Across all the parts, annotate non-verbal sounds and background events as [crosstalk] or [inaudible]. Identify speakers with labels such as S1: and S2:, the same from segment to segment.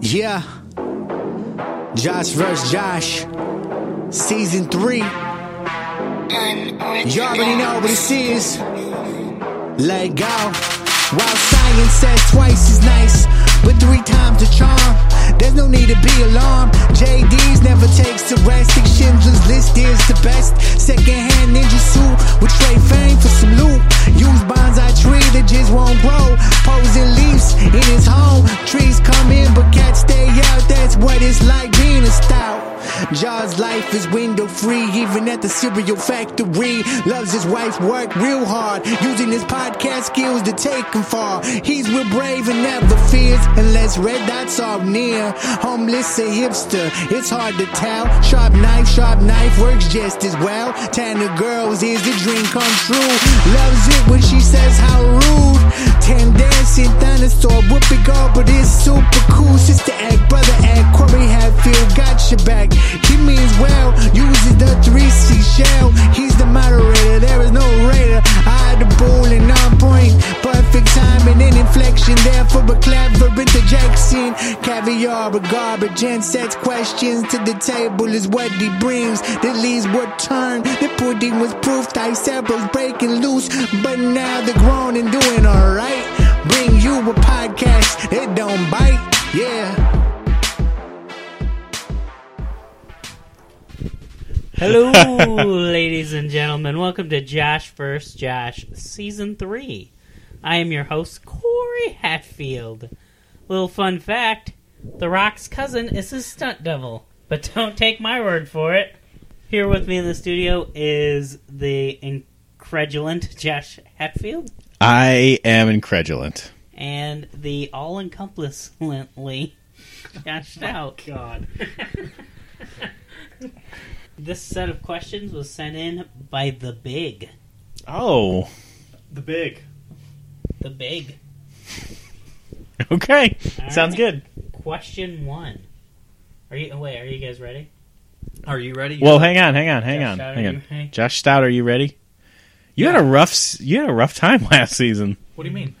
S1: yeah. Josh vs. Josh, season three. You already know what this is. Let go. While science says twice is nice, but three times a charm. There's no need to be alarmed. JD's never takes a rest. Think Schindler's List is the best. Secondhand ninja suit with trade fame for some loot. Use bonsai tree that just won't grow. Posing leaves in his home. Trees come in, but cats stay out. That's what it's like being a stout. Jaws' life is window free, even at the cereal factory. Loves his wife, work real hard, using his podcast skills to take him far. He's real brave and never fears, unless red dots are near. Homeless a hipster, it's hard to tell. Sharp knife, sharp knife works just as well. Tanner girls is the dream come true. Loves it when she says how rude. Tan dancing dinosaur, whoopee girl, but it's super cool. Sister act, brother act, Corey Hatfield got your back. He means well, uses the 3C shell. He's the moderator, there is no raider. I the bull and on point. Perfect timing and inflection, therefore a clever interjection. Caviar or garbage and sets questions to the table is what he brings. The leaves were turned, the pudding was proof, dicebra's breaking loose. But now they're grown and doing alright. Bring you a podcast, it don't bite, yeah.
S2: Hello, ladies and gentlemen. Welcome to Josh First Josh Season 3. I am your host, Corey Hatfield. Little fun fact The Rock's cousin is his stunt double, but don't take my word for it. Here with me in the studio is the incredulent Josh Hatfield
S3: I am incredulent.
S2: and the all [laughs] encompassingly Josh Stout. God. [laughs] this set of questions was sent in by the big.
S3: Oh, [laughs]
S4: The big.
S2: The big.
S3: okay.
S2: All
S3: Sounds
S2: right.
S3: good.
S2: Question one. Are you wait? Are you guys ready?
S4: Are you ready?
S3: Well, hang on, hang on, hang
S2: Josh
S3: on,
S2: Stout,
S3: hang
S2: are
S3: on.
S2: you ready?
S3: Josh Stout, are you ready? You had a rough, s- you had a rough time [laughs] last season.
S4: What do you mean?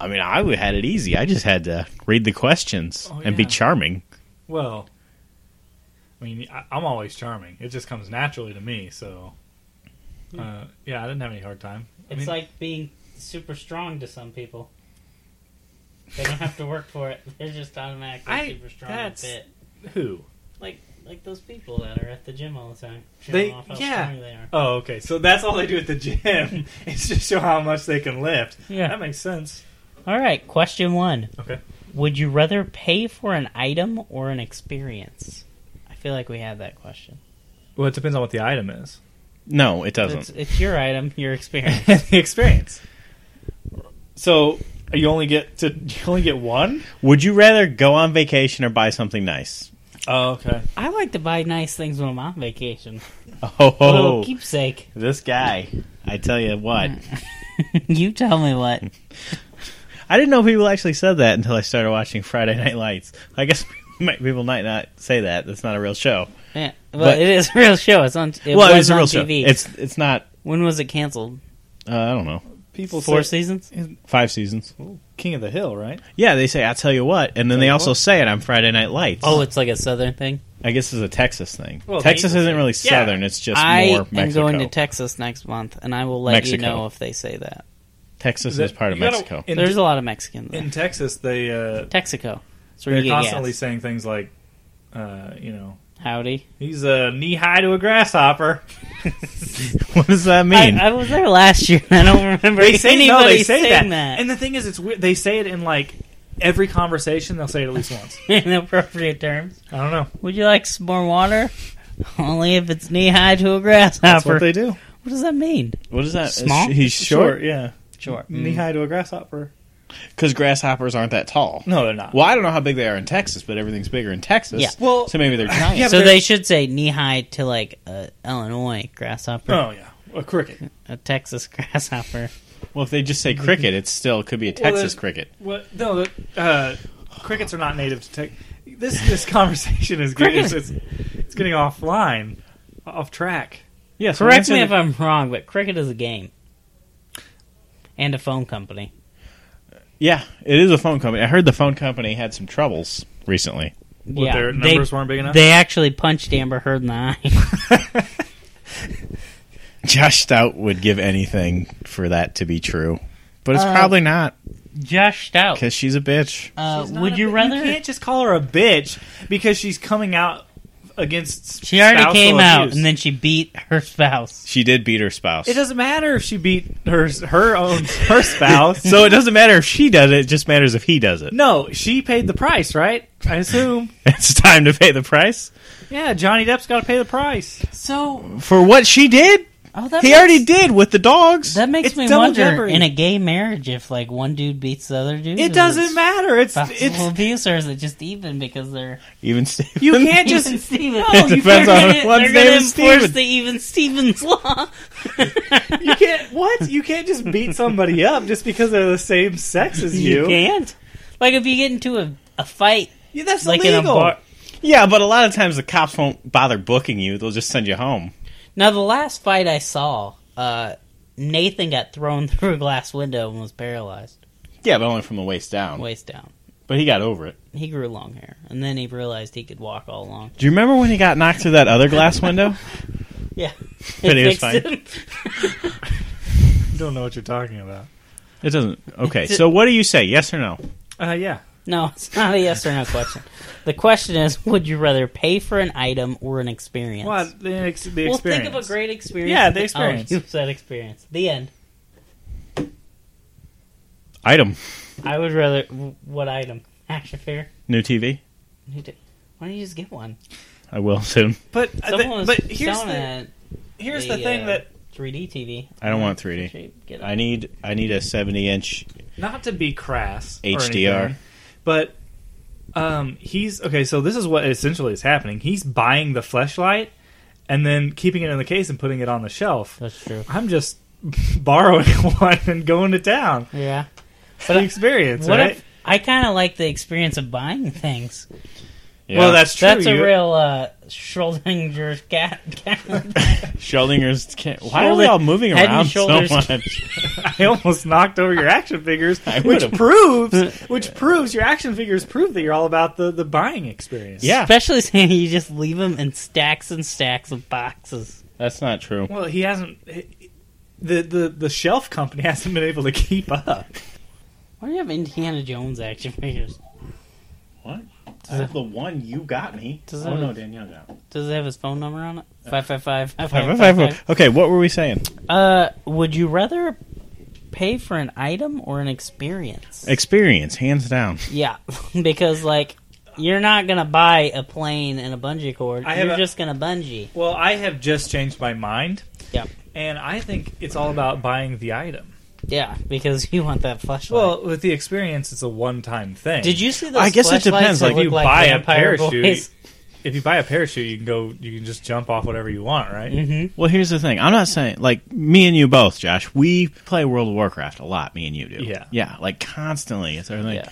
S3: I mean, I w- had it easy. I just had to read the questions
S4: Oh,
S3: and be
S4: yeah.
S3: charming.
S4: Well, I mean, I, I'm always charming. It just comes naturally to me. So, uh, yeah, I didn't have any hard time. I
S2: It's
S4: mean,
S2: like being super strong to some people. They don't have to work for it. They're just automatically
S4: I-
S2: super strong and
S4: that's-
S2: fit.
S4: who?
S2: Like like those people that are at the gym all the time. Showing
S4: They-
S2: off how
S4: yeah.
S2: strong they are.
S4: Oh, okay. So that's all they do at the gym. [laughs] it's just show how much they can lift. That makes sense.
S2: All right. Question one.
S4: Okay.
S2: Would you rather pay for an item or an experience? I feel like we had that question.
S4: Well, it depends on what the item [laughs] is.
S3: No, it doesn't.
S2: It's, it's your item, your experience.
S3: [laughs]
S4: the experience. So you only get to [laughs] you only get one.
S3: Would you rather go on vacation or buy something nice?
S4: Oh, okay.
S2: I like to buy nice things when I'm on vacation. A
S3: [laughs] Oh,
S2: little keepsake.
S3: this guy! I tell you what,
S2: Mm. you tell me what.
S3: I didn't know people actually said that until I started watching [laughs] Friday Night Lights. I guess [laughs] people might not say that. That's not a real show.
S2: Yeah, well,
S3: But-
S2: it is a real show. It's on. It
S3: well,
S2: was
S3: it is a
S2: on
S3: real show.
S2: TV.
S3: It's it's not.
S2: when was it canceled?
S3: Uh, I don't know.
S4: People
S2: Four
S4: say
S2: seasons.
S3: Five seasons.
S4: King of the Hill, right?
S3: Yeah, they say I'll tell you what, and then they
S4: you
S3: also
S4: what.
S3: say it on Friday Night Lights.
S2: Oh, it's like a southern thing.
S3: I guess it's a Texas thing.
S4: Well,
S3: Texas
S4: they-
S3: isn't really
S4: yeah.
S3: southern; it's just
S2: I
S3: more Mexico.
S2: am going to Texas next month, and I will let
S3: Mexico.
S2: you know if they say that.
S3: Texas is
S4: That-
S3: part of
S4: you gotta- [laughs]
S3: Mexico. [laughs]
S4: in-
S2: There's a lot of Mexican there.
S4: in Texas, they uh,
S2: Texaco. It's where
S4: they're
S2: you get
S4: constantly
S2: gas.
S4: saying things like, uh, you know,
S2: Howdy.
S4: he's uh, knee high to a grasshopper.
S2: [laughs]
S3: what does that mean?
S2: I, I was there last year. and I don't remember
S4: They say
S2: anybody
S4: no, they say that.
S2: saying that.
S4: And the thing is, it's weird. They say it in like every conversation. They'll say it at least once.
S2: [laughs] in appropriate terms.
S4: I don't know.
S2: Would you like some more water? [laughs] Only if it's knee high to a grasshopper.
S3: That's what they do.
S2: What does that mean?
S3: What is that?
S2: Small?
S3: Is- He's short
S4: yeah.
S2: Sure.
S4: Knee high to a grasshopper.
S3: because grasshoppers aren't that tall.
S4: No, they're not.
S3: Well, I don't know how big they are in Texas, but everything's bigger in Texas.
S2: Yeah.
S4: Well-
S3: so maybe they're giant.
S4: Yeah, but
S2: So
S4: they're-
S2: they should say knee high to like uh, Illinois grasshopper,
S4: Oh yeah, a cricket.
S2: a Texas [laughs] grasshopper.
S3: Well, if they just say cricket, it still could be a
S4: Well,
S3: Texas
S4: they're-
S3: cricket.
S4: What? No, the- uh, crickets are not native to Texas. This this [laughs] conversation is getting it's, it's, it's getting offline, off track.
S3: Yeah. so
S2: Correct
S3: answer
S2: me
S3: the-
S2: if I'm wrong, but cricket is a game and a phone company.
S3: Yeah, it is a phone company. I heard the phone company had some troubles recently.
S4: What, their numbers weren't big enough?
S2: They actually punched Amber Heard in the eye. [laughs]
S3: Josh Stout would give anything for that to be true, but it's probably not
S2: Josh Stout.
S3: because she's a bitch.
S2: Uh,
S4: She's not
S2: would
S4: a
S2: you
S4: bi-
S2: rather?
S4: You can't just call her a bitch because she's coming out against.
S2: she already
S4: spousal
S2: came out
S4: abuse.
S2: and then she beat her spouse.
S3: She did beat her spouse,
S4: It doesn't matter if she beat her her own her
S2: [laughs]
S3: [laughs]
S4: spouse.
S3: so it doesn't matter if she does it. It just matters if he does it. [laughs]
S4: no, she paid the price, right? I assume.
S3: It's time to pay the price
S4: Yeah, Johnny Depp's got to pay the price.
S2: So
S3: for what she did.
S2: oh, that
S3: he
S2: makes,
S3: already did with the dogs.
S2: That makes
S4: It's
S2: me
S4: double
S2: wonder
S4: jeopardy.
S2: in a gay marriage if like one dude beats the other dude.
S4: It doesn't matter. It's
S2: Possible
S4: it's
S2: abuse, or is it just even because they're
S3: [laughs] Even Steven.
S4: you
S2: even
S4: can't just
S2: Stevens?
S4: [laughs] No, you
S3: depends
S4: can't-
S3: on
S2: They're
S3: one's
S2: gonna
S3: name
S2: enforce
S3: is Steven.
S2: the even Stevens law. [laughs]
S4: you can't what you can't just beat somebody up just because they're the same sex as you.
S2: can't. Like if you get into a, a fight,
S4: Yeah, that's
S2: like
S4: illegal.
S2: in a bar.
S3: [laughs] Yeah, but a lot of times the cops won't bother booking you. They'll just send you home.
S2: Now the last fight I saw, uh, Nathan got thrown [laughs] through a glass window and was paralyzed,
S3: Yeah, but only from the waist down.
S2: waist down.
S3: But he got over it.
S2: He grew long hair, and then he realized he could walk all along.
S3: Do you remember when he got knocked through that other glass window?
S2: Yeah,
S3: But he was
S2: fixed
S3: fine.
S2: him.
S4: You don't know what you're talking about.
S3: It doesn't. Okay, so what do you say? Yes or no?
S4: Uh, yeah.
S2: No, it's not a yes or no question. The question is, would you rather pay for an item or an experience?
S4: Well, the, ex- the
S2: Well,
S4: experience.
S2: think of a great experience.
S4: Yeah, the
S2: Oh,
S4: experience.
S2: you said experience. The end.
S3: Item.
S2: I would rather. What item? Action figure.
S3: New TV.
S2: Who did- Why don't you just get one?
S3: I will soon.
S4: But uh,
S2: Someone
S4: the,
S2: was
S4: but here's
S2: selling
S4: the
S2: a
S4: here's
S2: the,
S4: the thing
S2: uh,
S4: that
S2: 3D TV.
S3: I don't want 3D.
S2: Should Get
S3: I
S2: it.
S3: need I need a 70 inch.
S4: not to be crass or
S3: HDR.
S4: anything, but um he's okay so this is what essentially is happening he's buying the fleshlight and then keeping it in the case and putting it on the shelf
S2: That's true.
S4: i'm just [laughs] borrowing [laughs] one and going to town
S2: Yeah.
S4: but an experience
S2: what
S4: right
S2: if I kind of like the experience of buying things?
S3: Yeah.
S4: well that's true
S2: That's a
S4: you-
S2: real uh, Schrodinger's [laughs] cat. cat.
S3: Schrodinger's. Can't, why are we all moving
S2: Head and
S3: around so
S2: shoulders.
S3: much?
S4: [laughs] i almost knocked over your action figures
S3: [laughs] I
S4: which
S3: would've.
S4: proves
S3: [laughs]
S4: [laughs] which proves your action figures prove that you're all about the the buying experience
S3: Yeah,
S2: Especially saying you just leave them in stacks and stacks of boxes.
S3: that's not true.
S4: well he hasn't the, the the shelf company [laughs] hasn't been able to keep up
S2: Why do you have Indiana Jones action figures?
S3: What? the one you got me.
S2: Does Oh, it- no,
S3: Danielle got.
S2: Does it have his phone number on it? Five five five five
S3: Five,
S2: five
S3: Uh, five,
S2: five
S3: five.
S2: five.
S3: Okay, what were we saying?
S2: Uh, would you rather pay for an item or an
S3: [laughs]
S2: experience?
S3: Experience, hands down.
S2: Yeah, [laughs] because like you're not gonna buy a plane and a bungee cord.
S4: I have
S2: you're
S4: a-
S2: just gonna bungee.
S4: Well, I have just changed my mind,
S2: Yep.
S4: and I think it's all about buying the item.
S2: Yeah, because you want that flashlight.
S4: Well, with the experience, it's a one-time thing.
S2: did you see those?
S3: I guess it
S2: flashlights
S3: depends,
S2: that
S3: like,
S2: look
S4: you buy a
S2: vampire [laughs]
S4: parachute,
S2: boys?
S4: If you buy a parachute, you can go. You can just jump off whatever you want, right?
S2: Mm-hmm.
S3: Well, here's the thing. I'm not saying like me and you both, Josh. We play World of Warcraft a lot. Me and you do.
S4: Yeah.
S3: yeah, like constantly. It's everything.
S2: Yeah.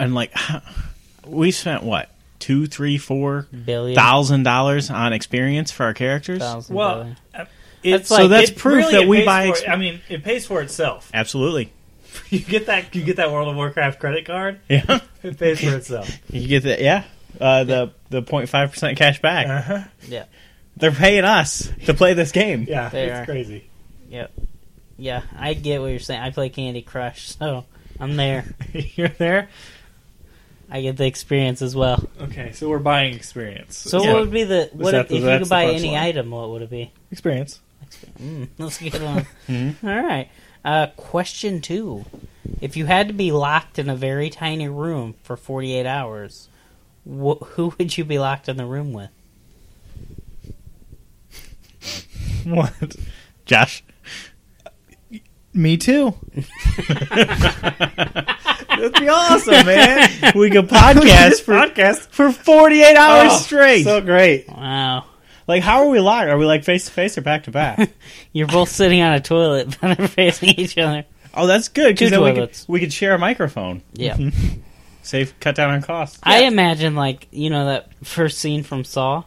S3: And like, [sighs] we spent what two, three, four
S2: Billion
S3: thousand dollars on experience for our characters.
S2: Mm-hmm. thousand
S4: Well,
S2: billion.
S4: uh,
S2: That's
S4: it's
S2: like- So
S3: that's
S4: it
S3: proof
S4: really,
S3: that
S4: it
S3: we
S4: pays
S3: buy
S4: for-
S3: exp-
S4: I mean, it pays for itself. [laughs]
S3: Absolutely.
S4: You get that. You get that World of Warcraft credit card.
S3: Yeah.
S4: It
S2: [laughs]
S4: pays for itself.
S3: You get that? Yeah. Uh, the the 0.5 percent cash back.
S4: Uh-huh.
S2: yeah,
S3: They're paying us to play this game. [laughs]
S4: Yeah,
S2: They
S4: it's
S2: are.
S4: crazy. [laughs]
S2: yep, yeah. I get what you're saying. I play Candy Crush, [laughs] so I'm there.
S4: [laughs] You're there.
S2: I get the experience as well.
S4: Okay, so we're buying experience.
S2: So
S3: Yeah.
S2: what would be the what
S4: that
S2: if,
S4: the-
S2: if you
S4: that's
S2: could
S4: the
S2: buy any
S4: punchline.
S2: item? What would it be? [laughs]
S4: experience.
S2: Mm, that's a good
S4: [laughs]
S2: one.
S4: Hmm?
S2: All right. Uh, question two: If you had to be locked in a very tiny room for forty-eight hours, wh- who would you be locked in the room with?
S4: What?
S3: Josh.
S4: Me too.
S3: [laughs]
S4: That'd be awesome, man.
S3: We could
S4: [laughs]
S3: podcast for
S4: podcast
S3: for 48 hours
S4: Oh,
S3: straight.
S4: So great.
S2: Wow,
S3: like, how are we locked? Are we like face to face or back to
S4: [laughs]
S3: back?
S2: you're both sitting on a toilet, [laughs] but they're facing each other.
S3: Oh, that's good
S2: Two
S3: because then we could,
S2: toilets.
S3: we could share a microphone.
S2: Yeah.
S4: [laughs]
S3: Save, cut down on costs.
S2: I imagine like you know that first scene from Saw.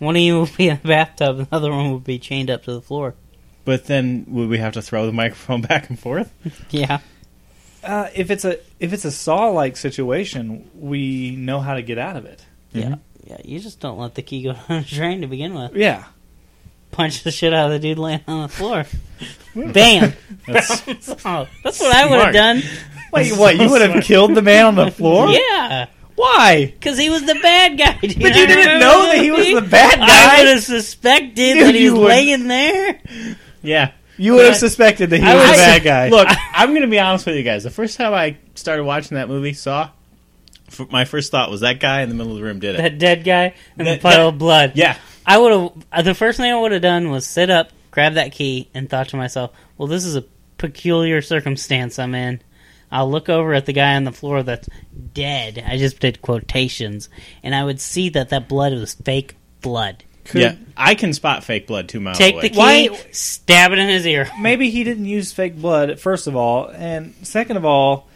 S2: One of you would be in the bathtub, and the other one would be chained up to the floor.
S3: [laughs] But then would we have to throw the microphone back and forth?
S2: Yeah.
S4: Uh, if it's a if it's a saw like situation, we know how to get out of it.
S2: Yeah. Yeah, you just don't let the key go [laughs] down the drain to begin with.
S4: Yeah,
S2: Punch the shit out of the dude laying on the
S4: [laughs]
S2: floor. Bam!
S3: That's,
S2: Oh, that's what I would have
S3: Smart.
S2: done.
S4: [laughs] Wait, what? You would have killed the man
S3: [laughs]
S4: on the floor?
S2: Yeah,
S4: Why?
S2: because he was the bad guy. But
S4: But you didn't know that he was the bad
S2: I would
S4: guy.
S2: have suspected
S4: Dude,
S2: that he
S4: you
S2: was
S4: would-
S2: laying there.
S3: yeah.
S4: You would have
S3: I-
S4: suspected that he
S3: I
S4: was the
S3: was-
S4: bad guy.
S3: Look, I'm going to be honest with you guys. The first time I started watching that movie, Saw, f- my first thought was that guy in the middle of the room did it.
S2: That dead guy in the
S3: That-
S2: puddle of blood.
S3: yeah.
S2: I would have. The first thing I would have done was sit up, grab that key, and thought to myself, "Well, this is a peculiar circumstance I'm in." I'll look over at the guy on the floor that's dead. I just did quotations, and I would see that that blood was fake blood.
S3: yeah. I can spot fake blood two miles
S2: Take
S3: away.
S2: the key,
S4: Why-
S2: stab it in his ear.
S4: Maybe he didn't use fake blood, first of all, and second of all,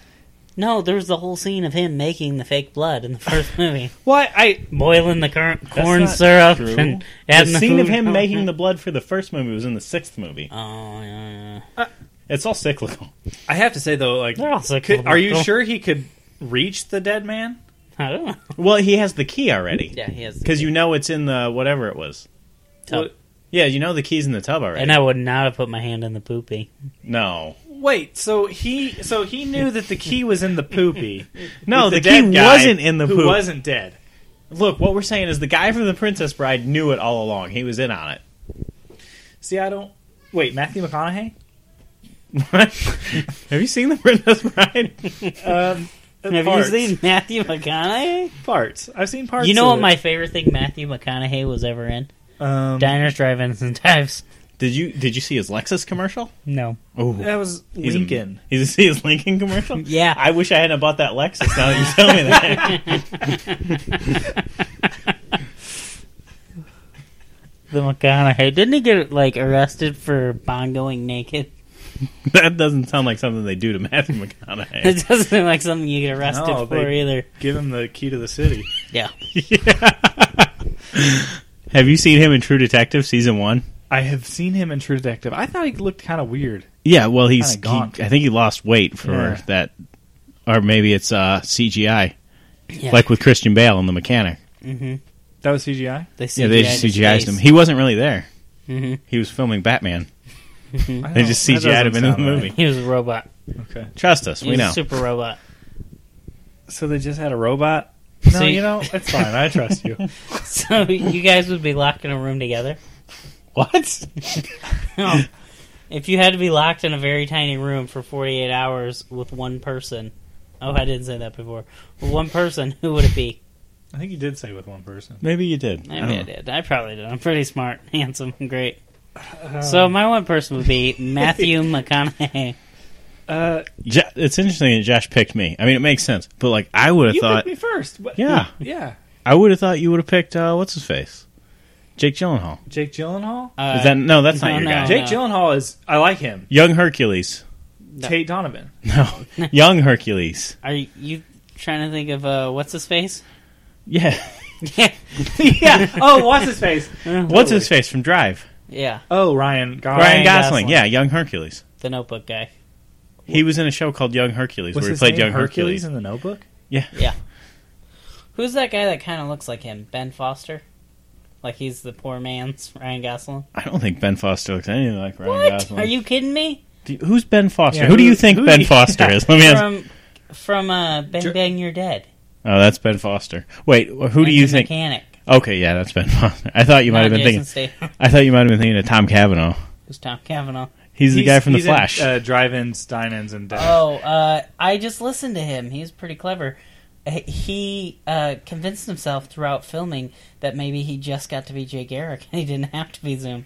S2: No, there was the whole scene of him making the fake blood in the first [laughs] movie,
S4: why I
S2: boiling the cor- corn
S3: not
S2: syrup
S3: true.
S2: and
S3: the
S2: adding the
S3: scene of
S2: food.
S3: him making the blood for the first movie was in the sixth movie.
S2: Oh yeah, yeah.
S3: It's all cyclical. [laughs]
S4: I have to say though, like,
S2: They're all cyclical.
S4: could, are you sure he could reach the dead man?
S2: I don't know.
S3: Well, he has the key already
S2: Yeah, he has.
S3: because you know it's in the whatever it was.
S2: Tub.
S3: Yeah, you know the key's in the tub already.
S2: And I would not have put my hand in the poopy.
S3: No,
S4: Wait, so he so he knew that the key was in the [laughs] poopy.
S3: no,
S4: with
S3: the,
S4: dead
S3: key
S4: guy
S3: wasn't in the
S4: who
S3: poop.
S4: wasn't dead.
S3: Look, what we're saying is the guy from the Princess Bride knew it all along. He was in on it.
S4: See, I don't. Wait, Matthew McConaughey?
S3: What? [laughs] Have you seen the Princess Bride?
S4: Um,
S2: Have
S4: parts.
S2: you seen Matthew McConaughey?
S4: parts? I've seen parts.
S2: you know what
S4: of
S2: my
S4: it.
S2: favorite thing Matthew McConaughey was ever in?
S4: Um,
S2: Diners, Drive-Ins, and Dives.
S3: did you did you see his Lexus commercial?
S2: No.
S3: Oh,
S4: that was
S3: he's a-
S4: Uh, Lincoln.
S3: [laughs] Did you see his Lincoln
S4: [laughs]
S3: commercial?
S2: Yeah.
S3: I wish I hadn't bought that Lexus. Now that you tell me that,
S2: The McConaughey. Didn't he get, like, arrested for bongoing naked? [laughs]
S3: that doesn't sound like something they do to Matthew
S4: [laughs]
S3: McConaughey. [laughs]
S2: It doesn't sound like something you get arrested
S4: No,
S2: for
S4: they-
S2: either.
S4: Give him the key to the city.
S2: Yeah.
S3: Have you seen him in True Detective season one?
S4: I have seen him in True Detective. I thought he looked kind of weird.
S3: Yeah, well, he's
S4: Kinda gaunt.
S3: he- I think he lost weight for
S4: Yeah.
S3: that, or maybe it's uh, CGI,
S2: yeah.
S3: like with Christian Bale and the mechanic.
S2: hmm
S4: That was CGI.
S2: They CGI'd
S3: Yeah, they just CGI'd him. He wasn't really there.
S2: hmm
S3: He was filming Batman.
S4: I
S3: They
S4: don't-
S3: just
S4: Oh, that
S3: CGI'd him
S4: doesn't
S3: into the
S4: sound right.
S3: movie.
S2: He was a robot.
S4: Okay,
S3: Trust us,
S2: He
S3: we
S2: was
S3: know.
S2: a super robot. [laughs]
S4: so they just had a robot. No,
S2: See-
S4: you know it's fine. I trust [laughs] you.
S2: So you guys would be locked in a room together?
S3: what?
S2: No. if you had to be locked in a very tiny room for 48 hours with one person, oh, I didn't say that before. With one person, who would it be?
S4: I think you did say with one person.
S3: Maybe you did. I
S2: I
S3: don't
S2: mean, I
S3: know.
S2: did. I probably did. I'm pretty smart, [laughs] handsome, and great. so my one person would be Matthew McConaughey.
S4: Uh,
S3: Jo- it's interesting that Josh picked me. I mean, it makes sense, but like I would have
S4: you
S3: thought,
S4: picked me first. But
S3: yeah,
S4: yeah.
S3: I would have thought you would have picked uh, what's his face, Jake Gyllenhaal.
S4: Jake Gyllenhaal.
S2: Uh,
S3: Is that no? That's not
S2: no,
S3: your
S2: no.
S3: guy.
S2: Jake-
S4: Jake Gyllenhaal is. I like him.
S3: Young Hercules. [laughs]
S4: Tate [laughs] Donovan.
S3: No, Young Hercules.
S2: Are you trying to think of uh, what's his
S3: [laughs]
S2: face? [laughs]
S3: Yeah.
S2: yeah,
S4: yeah. Oh, what's his face?
S3: What's his face from Drive?
S2: yeah,
S4: Oh, Ryan Gosling.
S3: Ryan
S2: Gosling.
S3: Gosling. Yeah, Young Hercules.
S2: the Notebook guy.
S3: He was in a show called Young Hercules
S4: Was
S3: where he
S4: his
S3: played
S4: name
S3: Young
S4: Hercules,
S3: Hercules.
S4: in the Notebook?
S2: Yeah. Who's that guy that kind of looks like him? Ben Foster. Like he's the poor man's Ryan Gosling.
S3: I don't think Ben Foster looks anything like Ryan
S2: What?
S3: Gosling.
S2: Are you kidding me?
S3: Do- Who's Ben Foster?
S4: Yeah,
S3: who, do
S4: who-
S3: you think
S4: who
S3: Ben
S4: do you-
S3: Foster is? Let me ask.
S2: from from uh, Bang
S4: Jer-
S2: Bang You're Dead.
S3: Oh, that's Ben Foster. Wait, wh- who do
S2: Like
S3: you
S2: the
S3: think?
S2: Mechanic.
S3: Okay, yeah, that's [laughs] Ben Foster. I thought you might
S2: Not
S3: have been
S2: Jason
S3: thinking.
S2: Statham. [laughs]
S3: I thought you might have been thinking of Tom Cavanaugh.
S2: Who's Tom Cavanaugh?
S3: He's, the guy from The
S4: he's in,
S2: [laughs]
S3: Flash. [laughs]
S4: uh, drive-ins, dine-ins, and death.
S2: Oh, uh, I just listened to him. He's pretty clever. H- He uh, convinced himself throughout filming that maybe he just got to be Jay Garrick and [laughs] he didn't have to be Zoom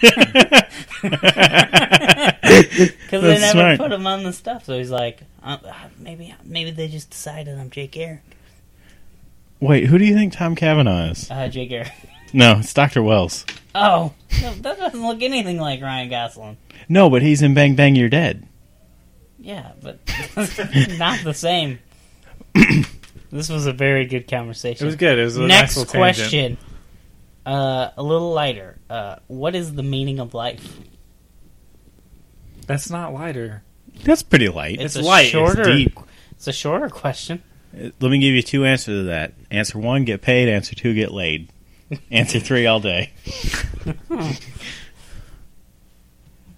S2: because they
S3: That's
S2: never
S3: smart.
S2: put him on the stuff. So he's like, uh, uh, maybe maybe they just decided I'm Jay Garrick.
S3: Wait, who do you think Tom Cavanaugh is?
S2: Uh, Jay Garrick.
S3: No, it's Doctor Wells.
S2: [laughs] Oh, that that doesn't look anything like Ryan Gosling.
S3: No, but he's in Bang Bang You're Dead.
S2: Yeah, but [laughs] not the same. this was a very good
S4: it
S2: conversation.
S4: was good. It was a nice
S2: Next
S4: little tangent.
S2: question. Uh, a little lighter. Uh, what is the meaning of life?
S4: That's not lighter.
S3: That's pretty light.
S2: It's,
S4: It's
S2: a
S4: light, it's
S2: shorter.
S3: deep.
S2: it's a shorter question.
S3: Let me give you two answers to that. Answer one, get paid. Answer two,
S2: [laughs]
S3: get laid. Answer three, all day.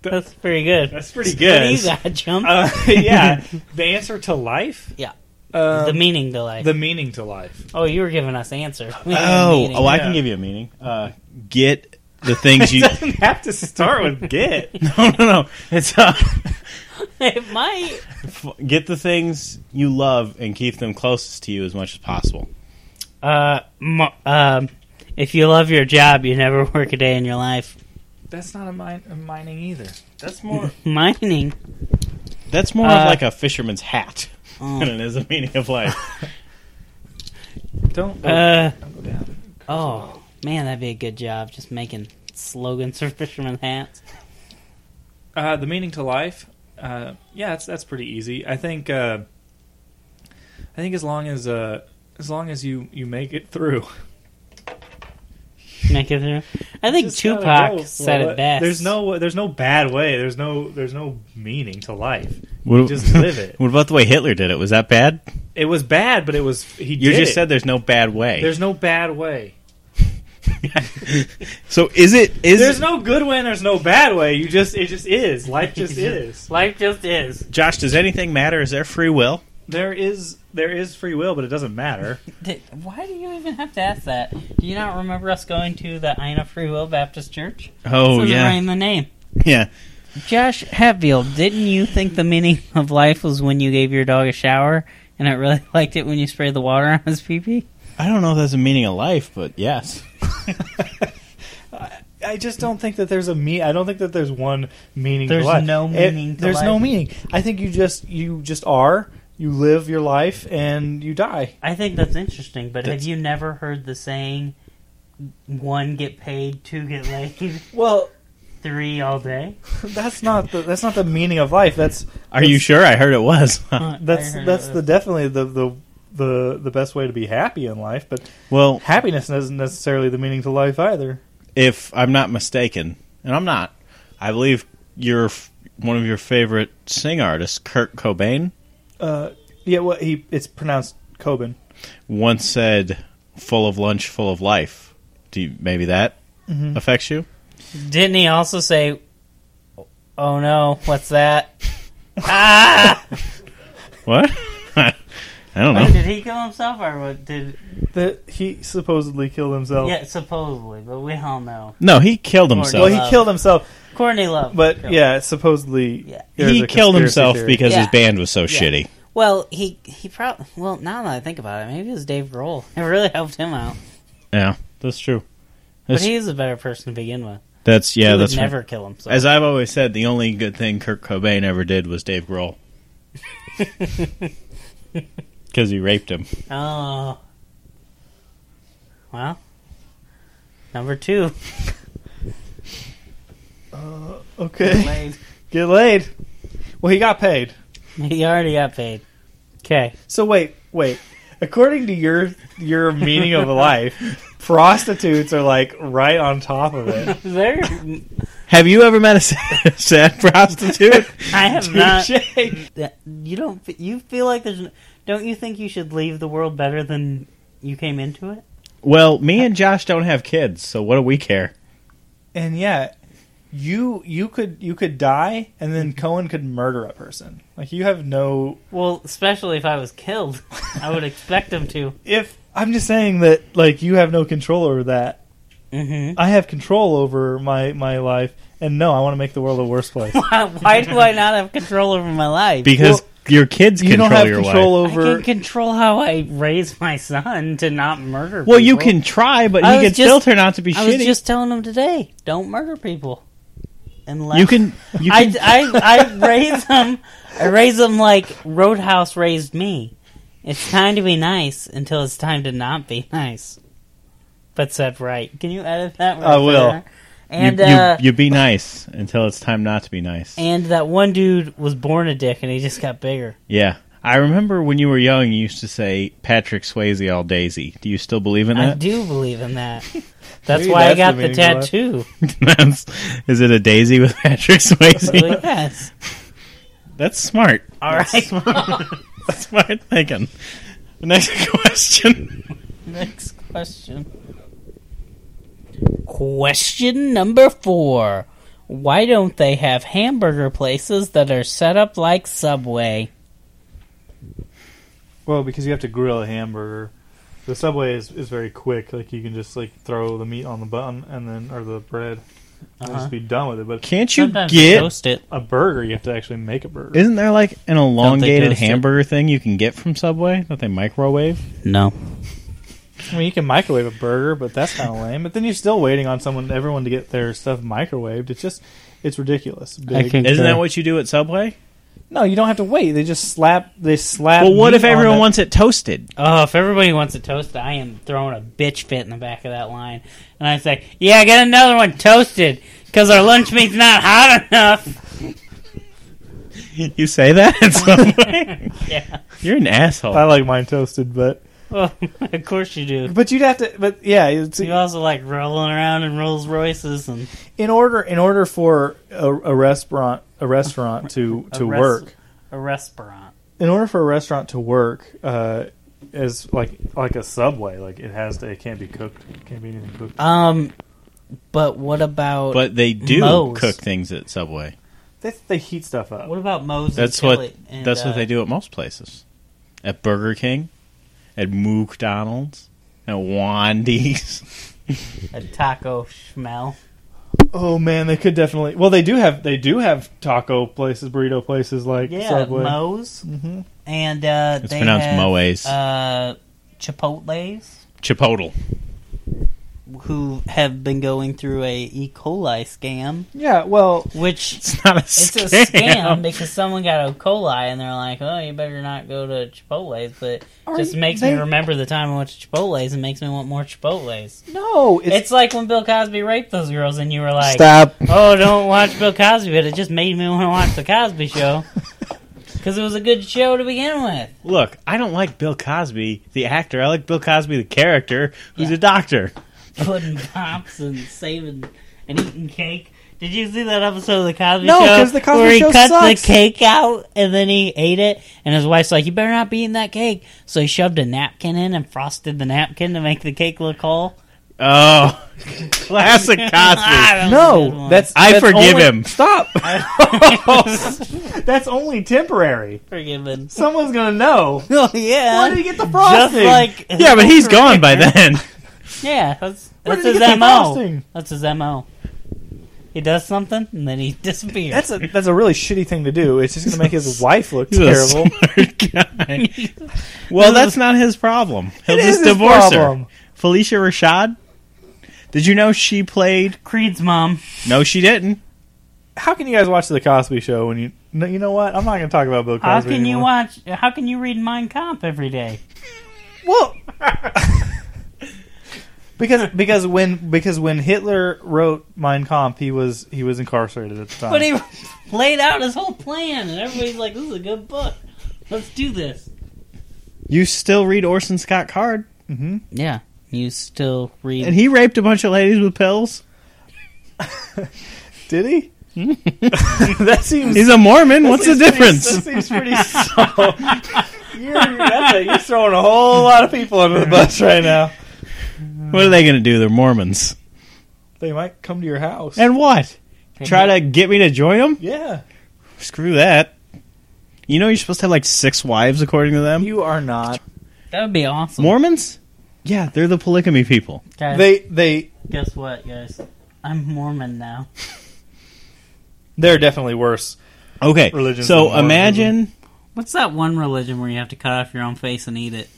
S2: That's pretty good.
S4: That's pretty
S2: What do
S4: good.
S2: you got, Jump?
S4: Uh, [laughs] yeah, the answer to life.
S2: Yeah.
S4: Um,
S2: the meaning delay.
S4: the meaning to life. [laughs]
S2: oh, you were giving us answer. We had a
S3: Oh,
S2: meeting.
S3: oh! I
S4: yeah.
S3: can give you a meaning. Uh, get the things you.
S4: Doesn't have to
S2: [laughs]
S4: start with get.
S3: [laughs] no, no, no. It's uh,
S2: [laughs] it might.
S3: get the things you love and keep them closest to you as much as possible.
S2: Uh, mo- um, if you love your job, you never [laughs] work a day in your life.
S4: That's not a, min- a mining either.
S3: That's more.
S2: Mining.
S3: [laughs] That's more
S2: Uh,
S3: of like a fisherman's hat [laughs]
S4: Mm.
S3: than it is a meaning of life.
S4: Don't go,
S2: Uh,
S4: don't go down.
S2: oh man, that'd be a good job. Just making slogans [laughs] for fisherman hats.
S4: Uh, the meaning to life. Uh, yeah, that's that's pretty easy. I think. Uh, I think as long as uh, as long as you you make it through.
S2: Make it through. I think
S4: Just gotta
S2: Tupac
S4: go for
S2: said it best.
S4: There's no there's no bad way. There's no there's no meaning to life.
S3: What,
S4: Just live it.
S3: What [laughs] about the way Hitler did it? Was that bad?
S4: It was bad, but it was he.
S3: You
S4: did
S3: just
S4: it.
S3: said there's no bad way.
S4: there's [laughs] no bad way.
S3: [laughs] so is it? Is
S4: There's
S3: it-
S4: no good way. and There's no bad way. You just it just is. Life [laughs] just is.
S2: Life just is.
S3: Josh? Does anything matter? Is there free will?
S4: There is there is free will, but it doesn't matter.
S2: Th- Why do you even have to ask that? Do you not remember us going to the Ina Free Will Baptist Church?
S3: Oh
S2: This isn't
S3: yeah,
S2: right in the name.
S3: yeah.
S2: Josh Hatfield, didn't you think the meaning of life was when you gave your dog a shower and it really [laughs] liked it when you sprayed the water on his pee pee?
S3: I don't know if that's a meaning of life, but yes.
S4: [laughs] I just don't think that there's a me. I don't think that there's one meaning.
S2: There's
S4: to life.
S2: no
S4: It-
S2: meaning to
S4: there's no
S2: life.
S4: meaning. I think you just you just are. You live your life and you die.
S2: I think that's interesting, but
S3: That's-
S2: have you never heard the saying one get paid, two get laid, [laughs]
S4: Well,
S2: three all day?
S4: that's not the that's not the meaning of life. That's
S3: Are you sure? I heard it
S4: [laughs]
S3: was.
S2: Huh, I
S4: that's
S2: heard
S4: that's
S2: it
S4: the
S2: was-
S4: definitely the the the the best way to be happy in life. But
S3: well,
S4: happiness isn't necessarily the meaning to life either.
S3: if I'm not mistaken, and I'm not, I believe you're f- one of your favorite sing artists, Kurt Cobain,
S4: Uh, yeah, well, he it's pronounced Coben.
S3: once said, "Full of lunch, full of life." Do you, maybe that affects you?
S2: Didn't he also say, "Oh no, what's
S3: [laughs]
S2: that?"
S3: What? [laughs] I don't
S2: [laughs]
S3: know.
S2: Did he kill himself or what? Did
S4: That he supposedly killed himself.
S2: yeah, supposedly, but we all know.
S3: No, he killed himself.
S4: Well, he
S2: Love.
S4: killed himself,
S2: Courtney Love,
S4: but
S2: Killed.
S4: yeah, supposedly
S2: Yeah.
S4: there's
S3: he
S4: a
S3: killed
S4: conspiracy
S3: himself
S4: theory.
S3: because his
S2: Yeah.
S3: band was so shitty.
S2: Well, he he probably well now that I think about it, maybe it was Dave Grohl. [laughs] It really helped him out,
S3: Yeah, that's true.
S2: but
S3: That's,
S2: he is a better person to begin with.
S3: that's
S2: He
S3: yeah,
S2: would
S3: that's
S2: never
S3: right.
S2: kill himself.
S3: As I've always said, the only good thing Kurt Cobain ever did was Dave Grohl. [laughs] Because he raped him.
S2: oh, well, number two, [laughs]
S4: [laughs] Okay, get laid. Well, he got paid.
S2: he already got paid. Okay,
S4: So wait, wait. According to your your meaning of life, prostitutes are like right on top of it.
S2: there
S3: Have you ever met a sad, [laughs] sad prostitute?
S2: I have [laughs]
S4: [laughs]
S2: not.
S4: Touche.
S2: that- You don't. fe- You feel like there's. n- Don't you think you should leave the world better than you came into it?
S3: well, me and Josh don't have kids, so what do we care?
S4: and yet you you could you could die and then Cohen could murder a person. Like you have no
S2: Well, especially if I was killed, I would expect him to.
S4: if I'm just saying that like you have no control over that.
S2: Mm-hmm.
S4: I have control over my my life and no, I want to make the world a worse
S3: [laughs]
S4: place.
S2: [laughs] Why do I not have control over my life?
S3: Because your kids
S4: you
S3: control
S4: don't have
S3: your
S4: control
S3: life.
S2: I
S4: over
S2: can control how I raise my son to not murder.
S3: Well, you
S2: people.
S3: can try, but
S2: I
S3: he
S2: was
S3: can
S2: just-
S3: still turn out to be
S2: I
S3: shitty.
S2: was just telling him today, don't murder people. Unless
S3: you can. You
S2: I,
S3: can.
S2: I, I raise them. I raise them like Roadhouse raised me. It's time to be nice until it's time to not be nice. But said right. Can you edit that? right
S4: I will.
S2: there? And
S3: you, you-
S2: uh,
S3: you be nice until it's time not to be nice.
S2: and that one dude was born a dick and he just got bigger.
S3: yeah. I remember when you were young, you used to say Patrick Swayze all daisy. Do you still believe in
S2: I
S3: [laughs] that?
S2: do believe in that. That's
S4: Maybe
S2: why I
S4: that's
S2: got
S4: the
S2: the,
S4: meaning of
S3: [laughs]
S4: life.
S2: tattoo.
S3: That's- Is it a daisy with Patrick Swayze?
S2: Well, yes.
S3: That's smart.
S2: All right.
S3: That's smart. [laughs] That's smart thinking. Next [laughs] question.
S2: Next question. Question number four. Why don't they have hamburger places that are set up like Subway?
S4: Well, because you have to grill a hamburger. The subway is, is very quick. Like you can just like throw the meat on the bun and then or the bread, and
S2: Uh-huh.
S4: just be done with it. But
S3: Can't you
S2: Sometimes they
S3: get?
S2: toast it.
S4: a burger, you have to actually make a burger.
S3: Isn't there like an elongated
S2: toast it?
S3: hamburger thing you can get from Subway that they microwave?
S2: No.
S4: I mean, you can microwave a burger, but that's kind of lame. But then you're still waiting on someone, everyone to get their stuff microwaved. It's just, it's ridiculous. Big-
S2: can-
S3: Isn't
S2: Okay.
S3: that what you do at Subway?
S4: no, you don't have to wait. They just slap. They slap.
S3: Well, what
S4: meat
S3: if everyone
S4: on
S3: wants
S2: [laughs]
S3: it toasted?
S2: Oh, if everybody wants a toast, I am throwing a bitch fit in the back of that line. And I say, yeah, get another one toasted, because our lunch meat's not hot enough. [laughs]
S3: You say that at Subway?
S2: [laughs] Yeah.
S3: You're an
S4: that? I
S3: asshole.
S4: like mine toasted, but
S2: Well, Oh, of course you do.
S4: but you'd have to. But yeah, it's,
S2: You also like rolling around in Rolls Royces and
S4: in order in order for a, a restaurant a restaurant to
S2: A
S4: to
S2: res-
S4: work
S2: a restaurant.
S4: in order for a restaurant to work uh, is like like a subway like it has to it can't be cooked it can't be anything cooked
S2: Um, but what about
S3: But they do
S2: Moe's.
S3: cook things at Subway.
S4: they, they heat stuff up
S2: what about Moe's? and
S3: That's what
S2: Chili and,
S3: that's
S2: uh,
S3: what they do at most places. At Burger King, at McDonald's, at Wandy's.
S2: A taco smell.
S4: oh man they could definitely well they do have they do have taco places burrito places like
S2: Yeah,
S4: subway
S2: Moe's
S4: Mhm.
S2: and uh,
S3: It's
S2: they
S3: pronounced
S2: have,
S3: Moe's.
S2: Uh, Chipotle's.
S3: [laughs] Chipotle.
S2: who have been going through a E. coli scam,
S4: yeah well
S2: which
S3: It's not a
S2: it's
S3: scam.
S2: a scam because someone got E. coli and they're like, "Oh, you better not go to Chipotle's," but
S4: Are
S2: just
S4: you-
S2: makes
S4: they-
S2: me remember the time I went to Chipotle's and makes me want more Chipotle's.
S4: no
S2: It's, like when Bill Cosby raped those girls, and you were like,
S3: Stop.
S2: "Oh, don't watch Bill Cosby," but it just made me want to watch the Cosby
S4: [laughs]
S2: Show because it was a good show to begin with.
S3: Look, I don't like Bill Cosby, the actor. I like Bill Cosby, the character, who's
S2: Yeah.
S3: a doctor.
S2: Putting pops and saving and eating cake. Did you see that episode of the Cosby
S4: No,
S2: Show?
S4: 'cause The Cosby
S2: where he
S4: Show
S2: cut
S4: sucks.
S2: the cake out and then he ate it, and his wife's like, "You better not be eating that cake." So he shoved a napkin in and frosted the napkin to make the cake look whole.
S3: Oh, [laughs]
S4: [laughs]
S3: classic Cosby.
S2: Ah, that was a good
S4: no
S2: one.
S4: that's
S3: I
S4: that's
S3: forgive
S4: only-
S3: him.
S4: stop that's only temporary [laughs]
S2: forgiven.
S4: someone's gonna know
S2: Oh yeah,
S4: why did he get the
S2: just
S4: frosting
S2: like
S3: [laughs] Yeah, but he's gone by then. [laughs]
S2: yeah, that's
S4: Where
S2: that's his
S4: did he get the
S2: mo.
S4: frosting?
S2: That's his mo. He does something and then he [laughs] disappears.
S4: That's a that's a really shitty thing to do. It's just gonna
S3: [laughs]
S4: make his wife look
S3: He's a
S4: terrible.
S3: smart [laughs]
S4: [laughs]
S3: guy. Well, that's not his problem. He'll
S4: It is
S3: just
S4: his
S3: divorce her.
S4: problem.
S3: Felicia Rashad. Did you know she played?
S2: Creed's mom.
S3: No, she didn't.
S4: How can you guys watch the Cosby Show when you? No, you know what? I'm not gonna talk about Bill Cosby.
S2: How can you
S4: anymore.
S2: watch? How can you read Mein Kampf every day?
S4: Well, [laughs] because because when because when Hitler wrote Mein Kampf, he was he was incarcerated at the time.
S2: But he [laughs] laid out his whole plan, and everybody's like, "This is a good book. Let's do this."
S3: You still read Orson Scott Card,
S4: Mhm.
S2: Yeah, you still read?
S3: and he raped a bunch of ladies with pills.
S4: Did he? [laughs] that seems.
S3: He's a Mormon. What's the
S4: that seems
S3: difference?
S4: Pretty, that seems [laughs] pretty. So, you're, that's a, you're throwing a whole lot of people under the [laughs] bus right now.
S3: What are they going to do? They're Mormons.
S4: They might come to your house.
S3: And what? Try to get me to join them?
S4: yeah,
S3: Screw that. You know you're supposed to have like six wives according to them?
S4: you are not.
S2: That would be awesome.
S3: Mormons? Yeah, they're the polygamy people.
S2: Guys,
S4: They they
S2: guess what, guys? I'm Mormon now.
S4: they're definitely worse.
S3: Okay.
S4: Religion's
S3: so
S4: the Mormonism.
S3: imagine
S2: What's that one religion where you have to cut off your own face and eat it?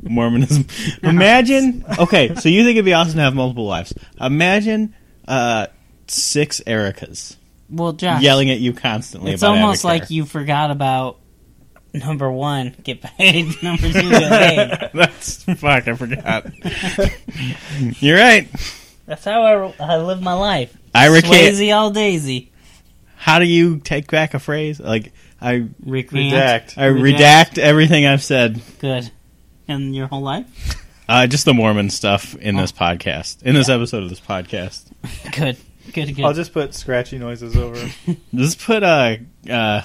S3: Mormonism. Imagine Okay, so you think it'd be awesome to have multiple wives. Imagine uh six Ericas
S2: Well, Josh,
S3: yelling at you constantly
S2: it's
S3: about
S2: almost
S3: Avocare.
S2: like you forgot about number one, get [laughs] paid. Number two, get paid.
S3: [laughs] That's fuck, I forgot. [laughs] you're right.
S2: That's how I, I live my life.
S3: Ira can't,
S2: Swayze all daisy.
S3: how do you take back a phrase? Like I
S2: Rick
S4: Redact.
S3: I redact everything I've said.
S2: Good. And your whole life?
S3: Uh, just the Mormon stuff in this podcast, in this episode of this podcast.
S2: Good. Good, good.
S4: I'll just put scratchy noises [laughs] over. it.
S3: Just put uh, uh,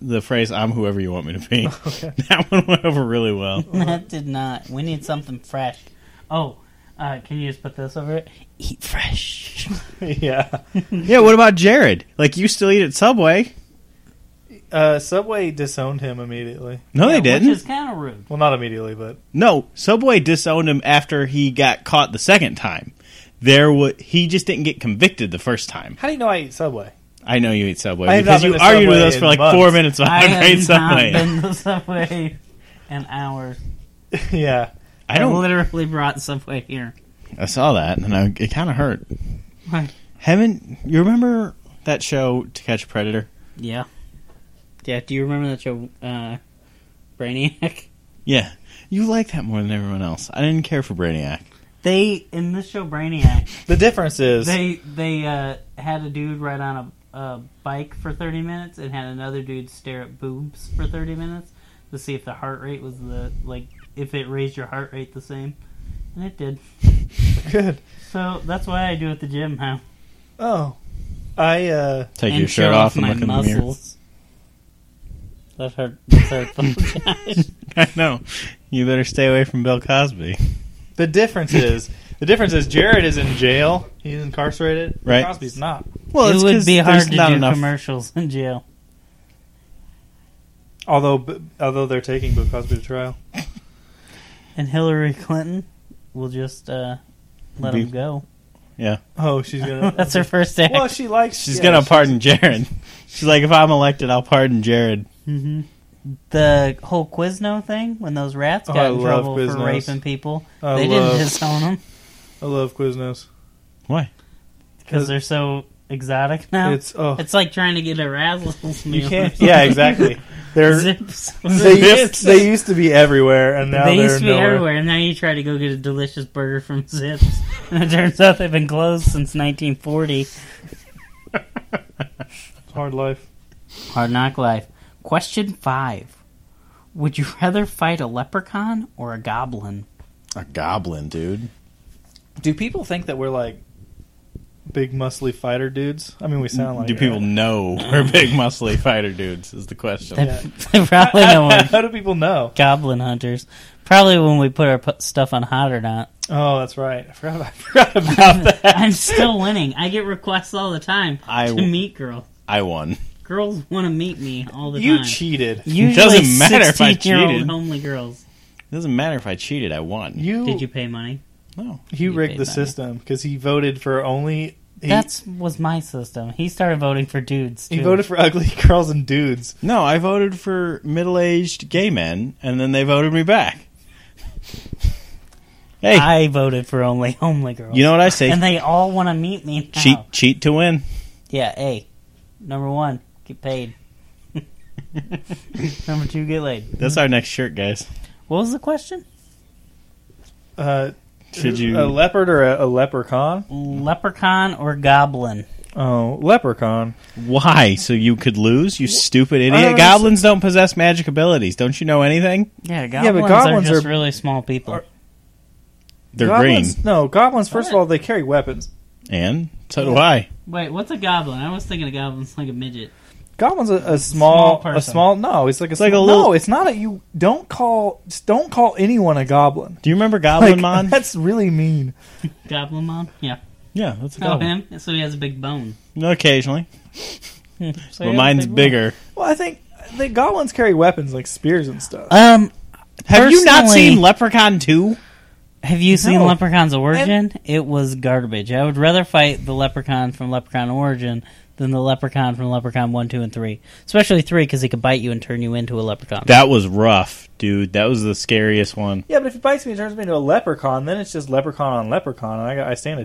S3: the phrase "I'm whoever you want me to be."
S2: [laughs]
S3: [laughs]
S4: Okay.
S3: That one went over really well.
S2: [laughs] that did not. We need something fresh. Oh, uh, can you just put this over it? Eat fresh.
S4: yeah.
S3: yeah. What about Jared? Like you still eat at Subway?
S4: Uh, Subway disowned him immediately.
S3: No,
S2: Yeah,
S3: they didn't.
S2: Which is kind of
S3: [laughs]
S2: rude.
S4: Well, not immediately, but
S3: No, Subway disowned him after he got caught the second time. There wa he just didn't get convicted the first time.
S4: how do you know I eat Subway?
S3: I know you eat Subway
S4: I have
S3: because
S4: not
S3: you
S4: been to
S3: argued with
S4: Subway
S3: us for
S4: in
S3: like
S4: months.
S3: four minutes about
S2: I
S3: how great
S2: have
S3: Subway.
S2: not
S3: is.
S2: been to Subway an hour.
S4: [laughs] yeah.
S3: I
S2: I
S3: don't.
S2: literally brought Subway here.
S3: I saw that and I, it kind of hurt.
S2: Why?
S3: Haven't you remember that show To Catch a Predator?
S2: Yeah. Yeah, do you remember that show, uh, Brainiac?
S3: [laughs] Yeah, you like that more than everyone else. I didn't care for Brainiac.
S2: They, in this show
S3: [laughs]
S2: Brainiac,
S4: The difference is
S2: they, they, uh, had a dude ride on a, a bike for 30 minutes and had another dude stare at boobs for 30 minutes to see if the heart rate was the, like, if it raised your heart rate the same. And it did.
S4: good.
S2: So that's why I do it at the gym now.
S4: Oh, I uh,
S3: Take
S2: and
S3: your
S2: show
S3: shirt off and
S2: my
S3: look in the [laughs] mirror.
S2: muscles. That hurt. That's
S3: [laughs]
S2: hurtful, Josh.
S3: I know. You better stay away from Bill Cosby.
S4: the difference is the difference is Jared is in jail. He's incarcerated.
S3: Right.
S4: Cosby's not.
S3: Well,
S2: it would
S3: 'cause
S2: be
S3: there's
S2: hard to
S3: not
S2: do
S3: enough.
S2: commercials in jail.
S4: Although b- although they're taking Bill Cosby to trial.
S2: And Hillary Clinton will just uh, let
S3: Be-
S2: him
S4: [laughs]
S2: go.
S4: Oh, she's gonna.
S2: [laughs] That's her first act.
S4: Well, she likes.
S3: She's
S4: yeah,
S3: gonna
S4: she-
S3: pardon Jared. She's like, if I'm elected, I'll pardon Jared.
S2: hmm The whole Quizno thing when those rats
S4: Oh,
S2: got
S4: I
S2: in
S4: love
S2: trouble for
S4: Quiznos.
S2: raping people,
S4: I
S2: they
S4: love,
S2: didn't disown them
S4: I love Quiznos.
S3: Why?
S2: because they're so exotic now. [laughs] It's,
S4: It's oh,
S2: like trying to get a Razzles meal. [laughs]
S4: you can't. Yeah, exactly. They're [laughs]
S2: Zips.
S4: they used, they used to be everywhere, and now
S2: they
S4: are
S2: used to be
S4: nowhere.
S2: everywhere, and now you try to go get a delicious burger from Zips, [laughs] and it turns out they've been closed since 1940.
S4: Hard life.
S2: Hard Knock Life. Question five: Would you rather fight a leprechaun or a goblin?
S3: A goblin, dude.
S4: Do people think that we're like big muscly fighter dudes? I mean, we sound like.
S3: do
S4: it,
S3: people
S4: right?
S3: know we're big, muscly fighter dudes? Is the
S2: They,
S3: question.
S4: Yeah.
S2: [laughs] they probably know we're
S4: How do people know?
S2: [laughs] goblin hunters. Probably when we put our pu- stuff on hot or
S3: [laughs]
S2: not.
S4: Oh, that's right. I forgot. I forgot
S2: [laughs]
S4: about [laughs] that.
S2: I'm still winning. I get requests all the time
S3: I
S2: to
S3: w-
S2: meet girls.
S3: I won.
S2: Girls want to meet me all the
S4: You
S2: time.
S4: cheated.
S2: Usually
S3: doesn't matter if I
S2: 16-year-old
S3: cheated.
S2: homely girls.
S3: doesn't matter if I cheated. I won.
S4: You
S2: Did you pay money?
S3: No.
S2: you
S4: you rigged
S2: paid
S4: the
S2: money.
S4: system because he voted for only. He,
S2: That's was my system. He started voting for dudes. Too.
S4: he voted for [laughs] ugly girls and dudes.
S3: No, I voted for middle-aged gay men, and then they voted me back. [laughs] Hey,
S2: I voted for only homely girls.
S3: you know what I say?
S2: and they all want to meet me. Now.
S3: cheat, cheat to win.
S2: Yeah, A. Number one, get [laughs] paid. Number two, get laid.
S3: That's our next shirt, guys.
S2: What was the question?
S4: Uh,
S3: Should
S4: a
S3: you?
S4: leopard or a, a leprechaun?
S2: Mm. Leprechaun or goblin?
S4: Oh, leprechaun.
S3: Why? So you could lose? You stupid
S4: don't
S3: idiot!
S4: understand.
S3: Goblins don't possess magic abilities. Don't you know anything?
S2: Yeah,
S4: Yeah,
S2: goblins,
S4: but goblins
S2: are just
S4: are-
S2: really small people.
S4: are-
S3: They're
S4: goblins,
S3: green,
S4: No, goblins. First of all, they carry weapons.
S3: and so do I.
S2: Wait, what's a goblin? I was thinking a goblin's like a midget.
S4: Goblins a, a
S2: Small
S4: small, a
S2: person.
S4: small. No, it's like a,
S3: like
S4: small-
S3: a little-
S4: No, it's not a. You don't call. Just don't call anyone a goblin.
S3: Do you remember Goblin
S4: Like,
S3: Mon?
S4: [laughs] that's really mean.
S2: Goblin mom? Yeah.
S3: Yeah, that's a
S2: Oh,
S3: goblin.
S2: him? So he has a big bone.
S3: No, occasionally,
S2: So he has a
S3: but mine's
S2: big
S3: bigger.
S4: Well, I think the goblins carry weapons like spears and stuff.
S2: bone. Um,
S3: Have you not
S2: Personally-
S3: seen Leprechaun Two?
S2: have you seen
S4: No.
S2: Leprechaun's Origin? it was garbage. I would rather fight the Leprechaun from Leprechaun Origin than the Leprechaun from Leprechaun 1, 2, and 3. Especially 3, because he could bite you and turn you into a Leprechaun.
S3: That was rough, dude. That was the
S2: [laughs]
S3: scariest one.
S4: yeah, but if it bites me and turns me into a leprechaun, then it's just leprechaun on leprechaun, and I, got- I stand a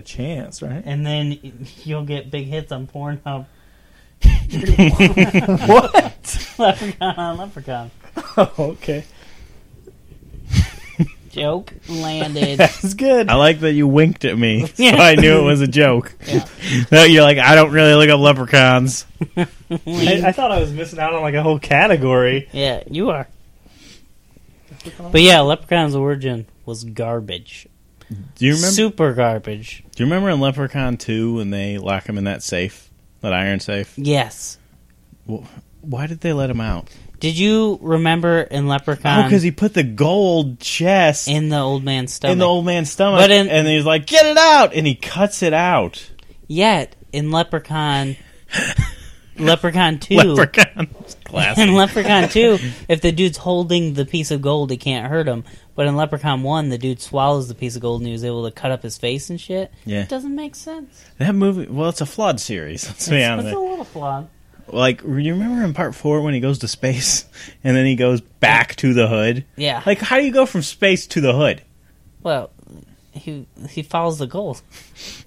S2: [laughs]
S4: chance, right?
S2: and then you'll get big hits on Pornhub. [laughs]
S4: what? [laughs]
S2: Leprechaun on Leprechaun.
S4: Oh, okay,
S2: Joke landed.
S3: [laughs]
S4: that's good.
S3: I like that you winked at me, so
S2: Yeah.
S3: I knew it was a joke.
S2: Yeah.
S3: No, you're like, I don't really look up leprechauns.
S4: I, I thought I was missing out on like a whole category.
S2: yeah, you are. But yeah, Leprechaun's origin was garbage.
S3: Do you remember?
S2: Super garbage.
S3: do you remember in Leprechaun Two when they lock him in that safe, that iron safe?
S2: Yes.
S3: Why did they let him out?
S2: Did you remember in
S3: Oh,
S2: Leprechaun
S3: because he put the gold chest in,
S2: Um, in the old man's stomach?
S3: the old man's stomach,
S2: But in-
S3: and he's like, "Get it out!" and he cuts it out.
S2: Yet in
S3: [laughs]
S2: Leprechaun, Leprechaun Two,
S3: Leprechaun, classic.
S2: in Leprechaun Two, if the dude's holding the piece of gold, it can't hurt him. But in Leprechaun One, the dude swallows the piece of gold and he was able to cut up his face and shit.
S3: yeah,
S2: It doesn't make sense.
S3: that movie. Well, it's a flawed series. Let's be
S2: It's,
S3: honest.
S2: it's a little flawed.
S3: Like, you remember in part four when he goes to space [laughs] and then he goes back to the hood?
S2: Yeah.
S3: Like, how do you go from space to the hood?
S2: well, he he follows the gold.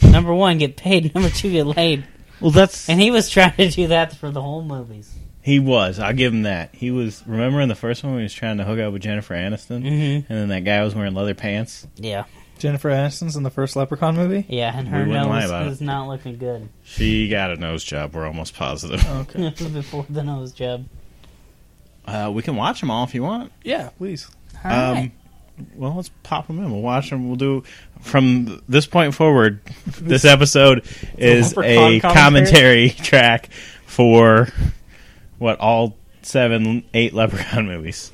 S2: Number one, get paid. [laughs] Number two, get laid.
S3: Well, that's.
S2: And he was trying to do that for the whole movies.
S3: He was. I'll give him that. He was. Remember in the first one when he was trying to hook up with Jennifer Aniston?
S2: Mhm.
S3: And then that guy was wearing leather pants?
S2: Yeah,
S4: Jennifer Aniston's in the first Leprechaun movie.
S2: yeah. And
S3: We
S2: her
S3: wouldn't lie
S2: nose
S3: about it.
S2: is not looking good. [laughs]
S3: She got a nose job, we're almost positive.
S4: Okay.
S2: Before the nose job.
S3: Uh, we can watch them all if you want.
S4: yeah, please.
S3: Um,
S2: All right.
S3: Well, let's pop them in. We'll watch them. We'll do. From this point forward, this episode is
S4: Leprechaun
S3: a commentary [laughs]
S4: commentary?
S3: track for what all seven, eight Leprechaun [laughs] movies.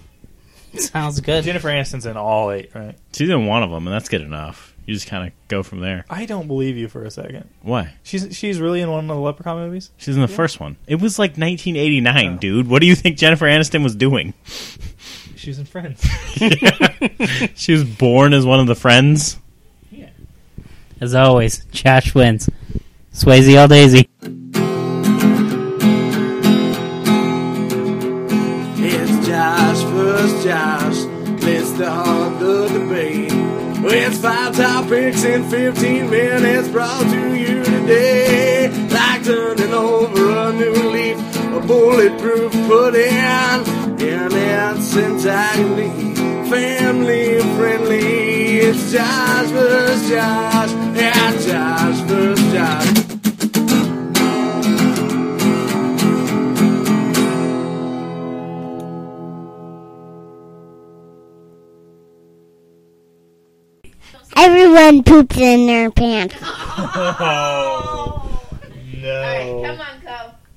S2: Sounds good.
S4: Jennifer Aniston's in all eight, right?
S3: She's in one of them, and that's good enough. You just kind of go from there.
S4: I don't believe you for a second.
S3: Why?
S4: She's she's really in one of the Leprechaun movies.
S3: She's in the first one. It was like 1989,
S4: Oh.
S3: dude. What do you think Jennifer Aniston was doing? [laughs]
S4: She's in Friends.
S3: She was born as one of the friends.
S2: As always, Josh wins. Swayze all daisy.
S1: It's Josh versus Josh. Let's start the debate. It's five topics in 15 minutes brought to you today. Like turning over a new leaf, a bulletproof pudding. And it's entirely family friendly. It's Josh versus Josh. Yeah, Josh versus Josh.
S5: Everyone poops in their pants.
S3: Oh, no.
S6: All right, come on,